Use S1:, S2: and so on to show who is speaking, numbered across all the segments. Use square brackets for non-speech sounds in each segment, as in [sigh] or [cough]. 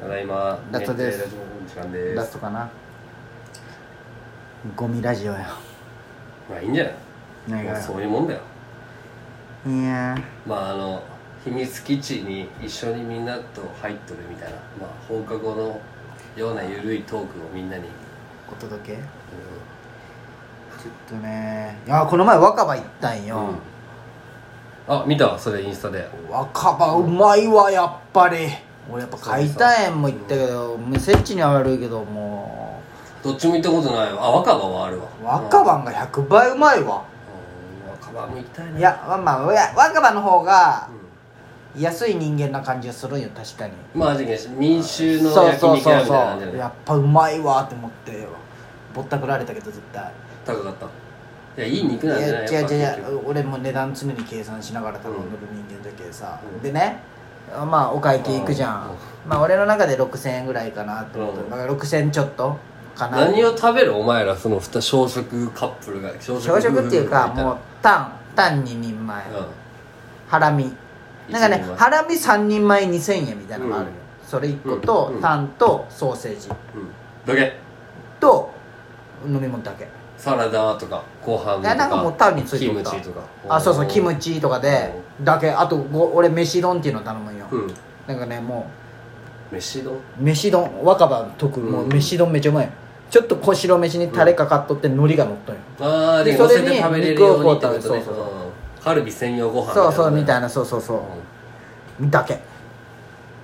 S1: ただいま
S2: ラストです
S1: 熱帯ラジオの時間です
S2: ラストかなゴミラジオよ
S1: まあいいんじゃな
S2: 何
S1: い
S2: が
S1: もう
S2: よ
S1: そういうもんだよ
S2: いや
S1: まああの秘密基地に一緒にみんなと入っとるみたいな、まあ、放課後のようなゆるいトークをみんなに、うん
S2: ーお届けちょっとねいやこの前若葉行ったんよ、
S1: あ見たわそれインスタで
S2: 若葉うまいわやっぱり俺やっぱ解体園も行ったけどもう設置には悪いけども
S1: どっちも行ったことないわあ若葉はあるわ
S2: う若葉が100倍うまいわ
S1: うん若葉も行きたいね
S2: いやまあまあいや若葉の方が
S1: う
S2: 安い人間な感じがするんよ確かに
S1: んまあ味民衆の
S2: そう
S1: 焼
S2: そう
S1: 肉
S2: そ
S1: 屋
S2: う
S1: みたいな感じ
S2: そ
S1: だ
S2: う
S1: ね
S2: やっぱうまいわって思ってぼったくられたけど絶対
S1: 高かったいやいい肉
S2: い
S1: なんじゃ
S2: や
S1: ない
S2: 違う違う
S1: やっぱ結
S2: 違
S1: 局
S2: う俺も値段常に計算しながら頼んでる人間だけさ、
S1: うん
S2: でねまあお会計行くじゃん、まあ俺の中で6000円ぐらいかなってこと、
S1: うん
S2: だから6000円ちょっとかな
S1: 何を食べるお前らその二小食カップルが小
S2: 朝食っていうか
S1: 夫婦がたら
S2: もうタンタン2人前、
S1: うん
S2: ハラミなんかね
S1: 一人前
S2: ハラミ3人前2000円みたいなのがあるよ、それ1個と、
S1: うん
S2: タンとソーセージ
S1: うんどけ
S2: と飲み物だけ
S1: サラダとかご飯と
S2: いや
S1: か
S2: なんかもうタンについて
S1: キ
S2: る
S1: ム
S2: か
S1: チとか
S2: あそうそうキムチとかでだけあとご俺飯丼っていうの頼むんよ、
S1: うん
S2: なんかねも
S1: 飯丼
S2: う飯丼若葉特
S1: うん
S2: もう飯丼めちゃうまいよちょっと小白飯にタレかかっとって海苔が乗っとんよ、
S1: ああで
S2: で
S1: 乗せ
S2: それ
S1: て
S2: に
S1: 食べれるようにってこ
S2: 肉
S1: とね
S2: をこう食べるそうそう
S1: うんカルビ専用ご飯
S2: そうそうみた
S1: い
S2: いなそうそうそう
S1: な、
S2: だけ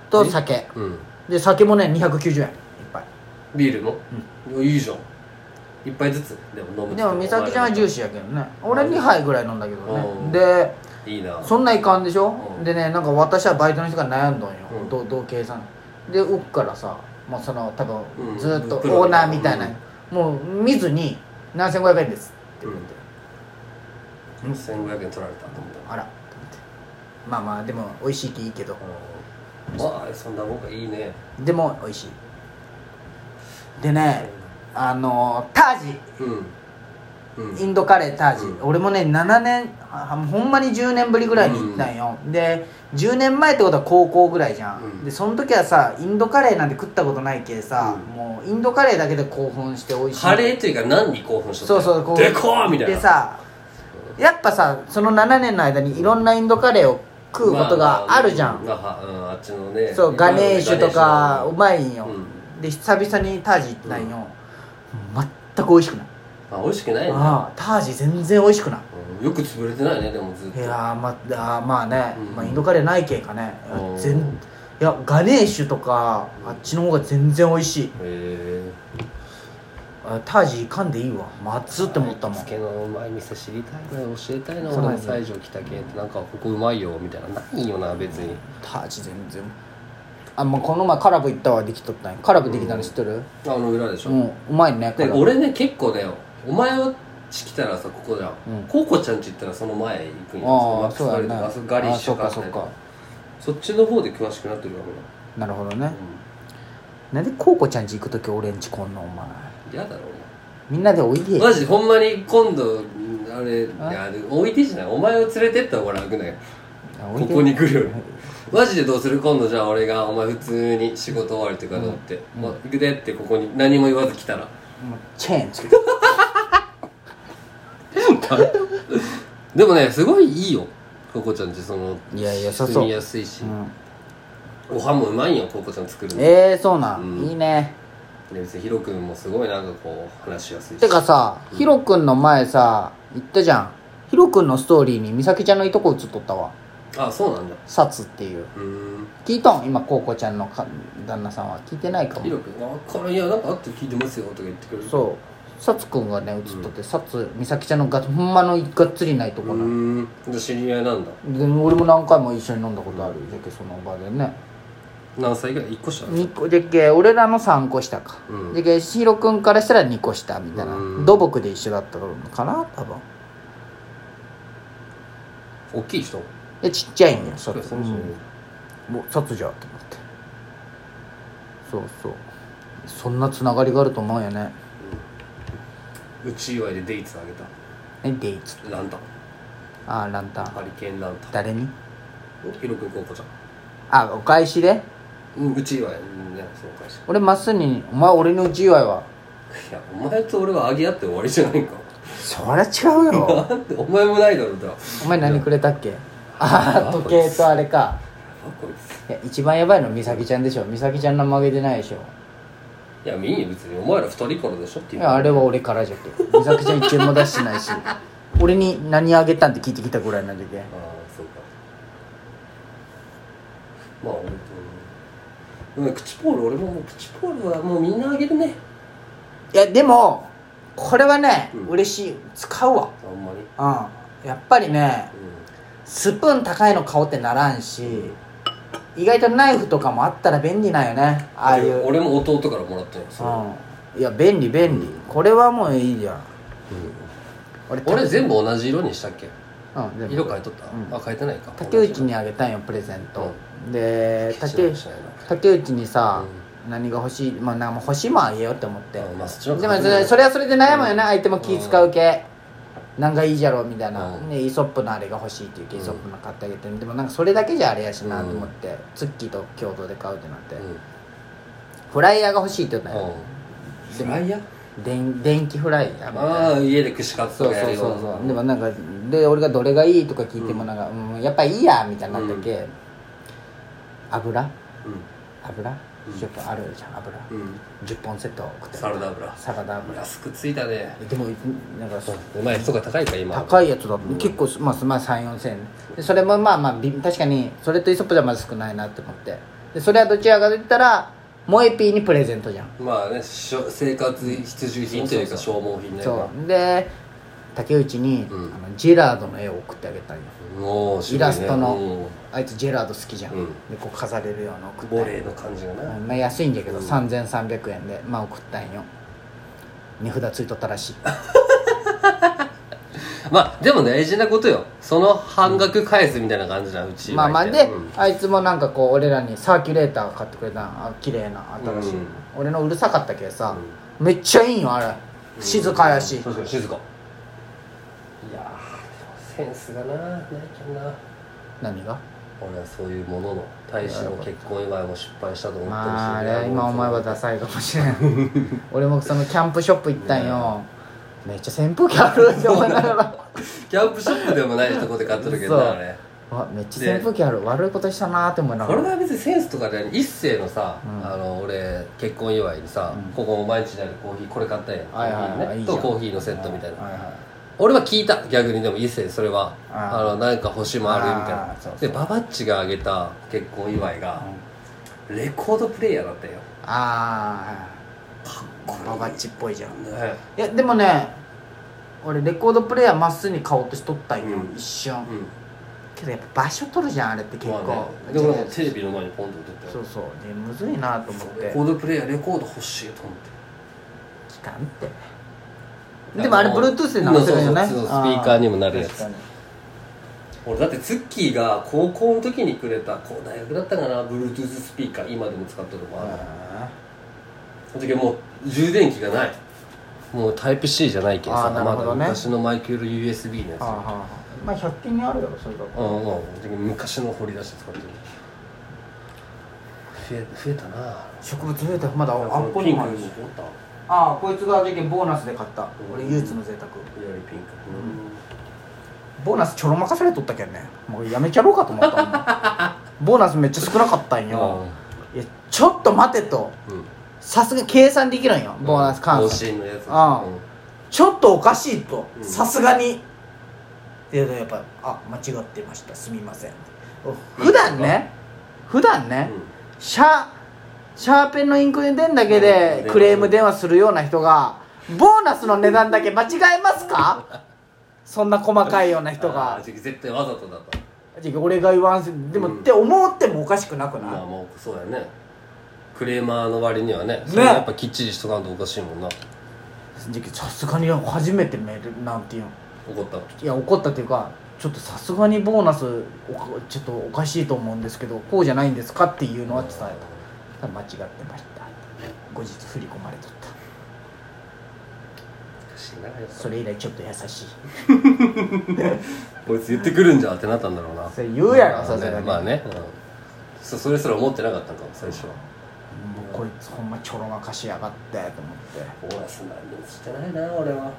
S2: と
S1: え
S2: 酒
S1: うんうん
S2: で酒もね290円いっぱい
S1: ビールもいいじゃん一杯ずつでも飲む
S2: でも美咲ちゃんはジューシーやけどね俺2杯ぐらい飲んだけど
S1: う
S2: ね
S1: ん
S2: で
S1: いいな
S2: そんないかんでしょ
S1: うん
S2: でねなんか私はバイトの人が悩んどんよ、
S1: うん
S2: どうどう計算で奥からさもうその多
S1: う
S2: 分
S1: ん
S2: ずーっと
S1: プロ
S2: オーナーみたいな、
S1: うん
S2: もう見ずに「7500円です」って言って、
S1: うん1500円取られたと思った
S2: あらと思ってまあまあでも美味しいきいいけど
S1: まあそんなもんかいいね
S2: でも美味しいでねあのータージ
S1: うんうん
S2: インドカレータージ、
S1: うん
S2: 俺もね7年あほんまに10年ぶりぐらいに行ったんよ、で10年前ってことは高校ぐらいじゃん、
S1: うん
S2: でその時はさインドカレーなんて食ったことないけさ、
S1: うん
S2: もうインドカレーだけで興奮して美味しい
S1: カレーというか何に興奮しとった
S2: そうそうこう
S1: でこーみたいな
S2: でさやっぱさその7年の間にいろんなインドカレーを食うことがあるじゃん、
S1: まあまあうんあっちのね
S2: そうガネーシュとかう
S1: い
S2: まいんよ、
S1: う
S2: で久々にタージ行ったんよ、全く美味しくない、
S1: あ美味しくないね
S2: ああタージ全然美味しくない
S1: うんよく潰れてないねでもずっ
S2: い
S1: と
S2: やーまあーまあね、
S1: うん
S2: まあ、インドカレーない系かねいや
S1: うん
S2: 全いやガネーシュとかあっちの方が全然美味しい
S1: へ
S2: あタージーかんでいいわまず
S1: え
S2: っって思ったもん
S1: つけのうまい店知りたいな教えたいな
S2: そうなん
S1: 俺
S2: だ
S1: も西条来たけってなんかここうまいよみたいなないよな別に
S2: タージ全然あもうこの前カラブ行ったわできとったんやカラブできたの知っとる
S1: あの裏でし
S2: う
S1: ょ
S2: んうまいねカ
S1: で
S2: ラブ
S1: 俺ね結構ねお前を来たらさここじゃん、
S2: うん
S1: コウコちゃんち行ったらその前行くん
S2: あ
S1: よ
S2: あ
S1: そ
S2: そう
S1: のマ
S2: や
S1: ックス
S2: ね
S1: ガリとかそのガリ
S2: あ
S1: ッシュと
S2: そっか
S1: か
S2: そっか
S1: そっちの方で詳しくなってるわけ
S2: なるほどね
S1: だ、
S2: なんでコウコちゃんち行く時俺んちこんなお前
S1: うん、嫌だろ
S2: みんなでおい
S1: お
S2: でよ
S1: 前マジほんまに今度うんあれい
S2: あ
S1: や置いてじゃないお前を連れてった方が楽だよ
S2: おい
S1: こ
S2: で
S1: こに来るよりマジでどうする今度じゃあ俺がお前普通に仕事終わりとか乗って、まあ行くでってここに何も言わず来たら [laughs]
S2: もうチェーンつけて
S1: でもねすごいいいよココちゃんちその
S2: いやいやそうそう
S1: 住みやすいし、
S2: うん
S1: ご飯もうまいよココちゃん作るの
S2: ええそうなん、
S1: うん
S2: いいね
S1: で別にヒロ君もすごいなんかこう話しやすいして
S2: かさヒロくんの前さ言ったじゃんヒロくんのストーリーに美咲ちゃんのいとこ映っとったわ
S1: あそうなんだ
S2: サツっていう
S1: うーん
S2: 聞いたん今コウコちゃんのか旦那さんは聞いてないか
S1: ヒロ
S2: も
S1: 君あこれいやなんかあって聞いてますよとか言ってくれる
S2: そうサツくんがね映っとって、サツ美咲ちゃんのがほんまのがっつりないと
S1: う
S2: こな、
S1: ーんじゃあ知り合いなんだ
S2: で俺も何回も一緒に飲んだことあるじゃけその場でね
S1: 何歳ぐらい1個下
S2: 二個じゃけ俺らの3個下か、
S1: うん
S2: じゃけヒロくんからしたら2個下みたいな、
S1: うん
S2: 土木で一緒だったのかな多分
S1: 大きい人
S2: でちっちゃいんよ
S1: そ
S2: サツ、
S1: うそうそう
S2: うんもう殺じゃと思ってそうそうそんなつながりがあると思うよね
S1: うち祝いでデイツあげた
S2: ねデイツ
S1: ランタン
S2: ああランタン
S1: ハリケーンランタン
S2: 誰に
S1: ヒロ君コウコちゃん
S2: あお返しで
S1: うんうちはうんいやその会社
S2: 俺まっすーに「お前俺のうち祝いは?
S1: いやお前と俺はあげ合って終わりじゃないんか」
S2: そりゃ違うよ
S1: なんでお前もないだろうだや
S2: [laughs] お前何くれたっけああ時計とあれか
S1: ばこいつ
S2: いや一番やばいのは美咲ちゃんでしょ美咲ちゃんの曲げてないでしょ
S1: いや見に別にお前ら二人からでしょって
S2: い
S1: いう
S2: やあれは俺からじゃけ美咲ちゃん一円も出してないし俺に何あげたんって聞いてきたぐらいなんじゃけ
S1: ああそうかまあ俺とうん口ポール俺ももう口ポールはもうみんなあげるね
S2: いやでもこれはね、
S1: うん
S2: 嬉しい使うわ
S1: あんまり
S2: うんやっぱりね
S1: う
S2: スプーン高いの買おうってならんし意外とナイフとかもあったら便利なんよねああい
S1: ん
S2: う
S1: 俺も弟からもらったよそれ
S2: うんいや便利便利これはもういいじゃん俺
S1: 俺全部同じ色にしたっけ
S2: うん全部
S1: 色変えとった、
S2: うん
S1: あ変えてないか
S2: 竹内にあげたんよプレゼント、で
S1: 同じ
S2: 竹
S1: 色に
S2: 内
S1: しないな
S2: 竹内にさ、何が欲しいまあなんか欲しいもんあげようって思って、
S1: うんまあそっちの方
S2: で
S1: が
S2: もそれそれはそれで悩むよね、相手も気使うけ、なんかいいじゃろみたいな、
S1: うん
S2: ね、イソップのあれが欲しいって言うけ、
S1: うん
S2: イソップの買ってあげてでもなんかそれだけじゃあれやしな
S1: うん
S2: と思って、ツッキーと共同で買うってなって、
S1: うん
S2: フライヤーが欲しいって言った
S1: う
S2: よ、
S1: んフライヤー
S2: でん電気フライヤーみたいな
S1: ああ家で串カツ
S2: そ
S1: と
S2: う
S1: かや
S2: そう
S1: るよ
S2: そうそうで
S1: も
S2: もなんかで俺がどれがいいとか聞いてもなんか、うんやっぱいいやみたいになったけ、油油、
S1: うん
S2: ちょっとあるじゃん油、
S1: うん、うん、
S2: 10本セット送って
S1: サラダ油
S2: サラダ油
S1: 安くついたね
S2: でもなんかそう
S1: お前人が高いか今
S2: 高
S1: い
S2: いやつだ、結構まあ、まあ、34000円でそれもまあまあび確かにそれとイソップじゃまず少ないなって思ってでそれはどちらかといったらモエピーにプレゼントじゃん
S1: まあねしょ生活必需品というか消耗品だよ
S2: そうで竹内に、
S1: うん
S2: あのジェラードの絵を送ってあげたんよ
S1: なもう
S2: イラストの
S1: うん
S2: あいつジェラード好きじゃん、
S1: うん
S2: でこう飾れるような送
S1: ボ
S2: ったん
S1: レ
S2: よ
S1: ーの感じがな、
S2: まあ、安いんだけど、
S1: うん
S2: 3300円でまあ送ったんよ値札ついとったらしい
S1: まあでも大事なことよその半額返すみたいな感じなうち
S2: まあまあ
S1: 大
S2: で、
S1: 体うん
S2: あいつもなんかこう俺らにサーキュレーター買ってくれたんあ綺麗な新しい、
S1: うん
S2: 俺のうるさかったけどさ、めっちゃいいんよあれ静かやし、
S1: 確かに静かいやーでもセンスがなないけんな
S2: 何が
S1: 俺はそういうものの大使の結婚祝いも失敗したと思ってるし、
S2: まああれ今お前はダサいかもしれん
S1: [laughs]
S2: 俺もそのキャンプショップ行ったんよ、めっちゃ扇風機あるって思いなが
S1: [laughs]
S2: ら
S1: キャンプショップでもないとこで買っとるけど
S2: そう
S1: なあれ
S2: うわめっちゃ扇風機ある悪いことしたなーって思いな
S1: こ
S2: が
S1: れ
S2: ら
S1: は別にセンスとかで一世のさ、
S2: うん
S1: あの俺結婚祝いにさ、
S2: うん
S1: ここお前んちにあるコーヒーこれ買ったんやん
S2: はいはいは
S1: コーヒー
S2: い
S1: ね
S2: いいじゃ
S1: と
S2: ん
S1: コーヒーのセットみたいな、
S2: はいはい
S1: 俺は聞いた逆にでも一世にそれは
S2: あ
S1: あのなんか星もあるみたいな
S2: あーそうそ
S1: で
S2: う
S1: ババッチがあげた結婚祝いが、レコードプレイヤーだったよ
S2: あ
S1: こ
S2: あババッチっぽいじゃん
S1: れね
S2: いやでもね俺レコードプレイヤーまっすぐに買おうとしとったんよ、
S1: うん
S2: 一瞬、
S1: うん
S2: けどやっぱ場所取るじゃんあれって結構、
S1: まあね、でもなんかテレビの前にポンって置いてった
S2: そ
S1: よ
S2: うそうでむずいなと思って
S1: レコードプレイヤーレコード欲しいと思って
S2: 聞かんってでもあれ Bluetooth で流せるよね
S1: うんそうそうそうスピーカーにもなるやつ
S2: 確かに
S1: 俺だってツッキーが高校の時にくれたこう大学だったかな Bluetooth スピーカー今でも使ってるのもある、
S2: あ
S1: その時はもう充電器がないもうタイプ C じゃないけんさ
S2: あーなる
S1: ま
S2: ほ
S1: だ
S2: どね
S1: 昔のマイクロ USB のや
S2: あはあ
S1: つ
S2: はあまあ100均にあるだろそれだ
S1: うんうんその時昔の掘り出して使ってる増え増えたな
S2: 植物増えたまだあ
S1: その
S2: っこ
S1: ピ
S2: に
S1: ン
S2: も
S1: ク
S2: ある
S1: に
S2: し
S1: もおった
S2: ああこいつがじゃけんボーナスで買った
S1: うん
S2: 俺唯一の贅沢
S1: 緑ピンク
S2: ボーナスちょろまかされとったけんねもうやめちゃろうかと思った
S1: [laughs]
S2: もんボーナスめっちゃ少なかったんよいやちょっと待てと
S1: うんうん
S2: さすがに計算できるんよボーナス換
S1: 更
S2: 算
S1: 新のやつう
S2: ああ
S1: ん
S2: ちょっとおかしいと
S1: うん
S2: さすがにでやっぱあ間違ってましたすみません
S1: か
S2: 普段ね普段ね、
S1: うん
S2: シャシャーペンのインクで出んだけで
S1: うん
S2: クレーム電話するような人がボーナスの値段だけ間違えま
S1: [laughs]
S2: すかそんな細かいような人
S1: あ
S2: が
S1: ー絶対わざとだと
S2: 俺が言わんせでも、
S1: うん
S2: って思ってもおかしくなくない、
S1: まあもうそうやねクレーマーの割にはね
S2: ね
S1: それやっぱきっちりしとかんとおかしいもんな
S2: じゃけさすがに初めてメールなんていうの
S1: 怒った
S2: いや怒ったっていうかちょっとさすがにボーナスおかちょっとおかしいと思うんですけどこうじゃないんですかっていうのは伝えた間違ってました後日振り込まれとった
S1: おかしいなやっぱ
S2: それ以来ちょっと優しい
S1: こいつ言ってくるんじゃってなったんだろうな
S2: それ言うやろさすがに
S1: まあねまあねそうそれすら思ってなかったのかも最初は
S2: もうこいつほんまちょろまかしやがってと思っ
S1: ボ
S2: て
S1: ーナス何もしてないな俺は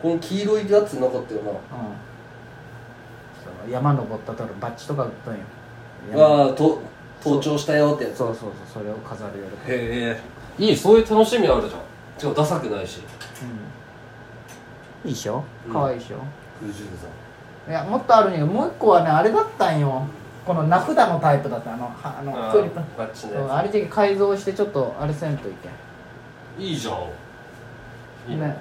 S1: この黄色いやつなかったよな
S2: うんその山登ったところバッジとか売ったんよ山
S1: わあと盗聴したよってやつへ
S2: そうそうそうそれを飾るより
S1: えいいそういう楽しみあるじゃんしかもダサくないし
S2: うんいいでしょ
S1: うん
S2: 可愛いでしょ、
S1: 空中山
S2: いやもっとあるんやけどもう一個はねあれだったんよこの名札のタイプだったあのはあの
S1: あ
S2: チューリップの
S1: ーバッチ
S2: うん
S1: のや
S2: あれで改造してちょっとあれせんといけ
S1: ついいじゃんいい
S2: ん
S1: ね
S2: ね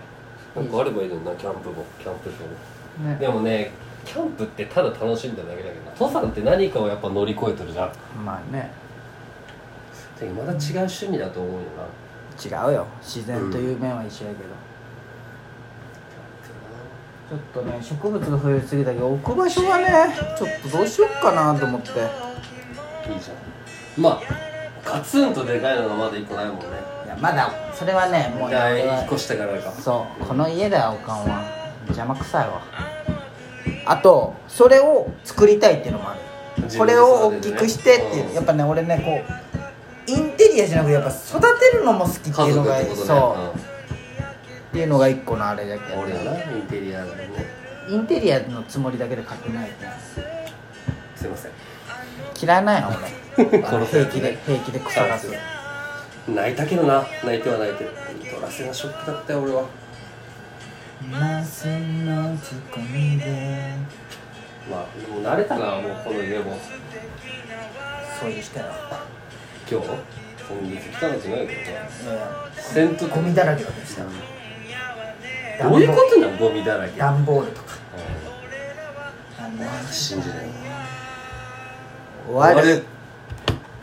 S1: なんかあればいいのになキャンプもキャンプ場も
S2: ね
S1: でもねキャンプってただ楽しんだだけだけど登山って何かをやっぱ乗り越えてるじゃん
S2: まあね
S1: まだ違う趣味だと思うよな
S2: 違うよ自然という面は一緒やけど、ちょっとね植物が増えすぎたけど置く場所がねちょっとどうしよっかなと思って
S1: いいじゃんまあガツンとでかいのがまだ一個ないもんね
S2: いやまだそれはねもう
S1: いや引っ越してからか
S2: そうこの家だよおかんは邪魔くさいわあとそれを作りたいっていうのもある
S1: 自
S2: こ
S1: 分で
S2: れを大きくしてっていう、
S1: うん
S2: やっぱね俺ねこうインテリアじゃなくてやっぱ育てるのも好きって
S1: 家
S2: いうの
S1: 族っ
S2: が、
S1: てことね
S2: そう、っていうのが一個のあれだけ
S1: うん
S2: ど
S1: 俺はなインテリアだね
S2: インテリアのつもりだけで買ってないね
S1: [laughs] すいません
S2: 嫌いないの俺
S1: この
S2: 平気で平気で草出す
S1: 泣いたけどな泣いては泣いてるドラセナショックだったよ俺は
S2: 今すんのつかみで
S1: まあもう慣れたなもうこの家も
S2: そういう人やろ
S1: 今日今月来たの違うけどない
S2: やいや
S1: せんと
S2: ゴミだらけだったした
S1: どういうことなのゴミだらけ
S2: 段ボールとか
S1: う
S2: あの
S1: ん信じない
S2: 終わる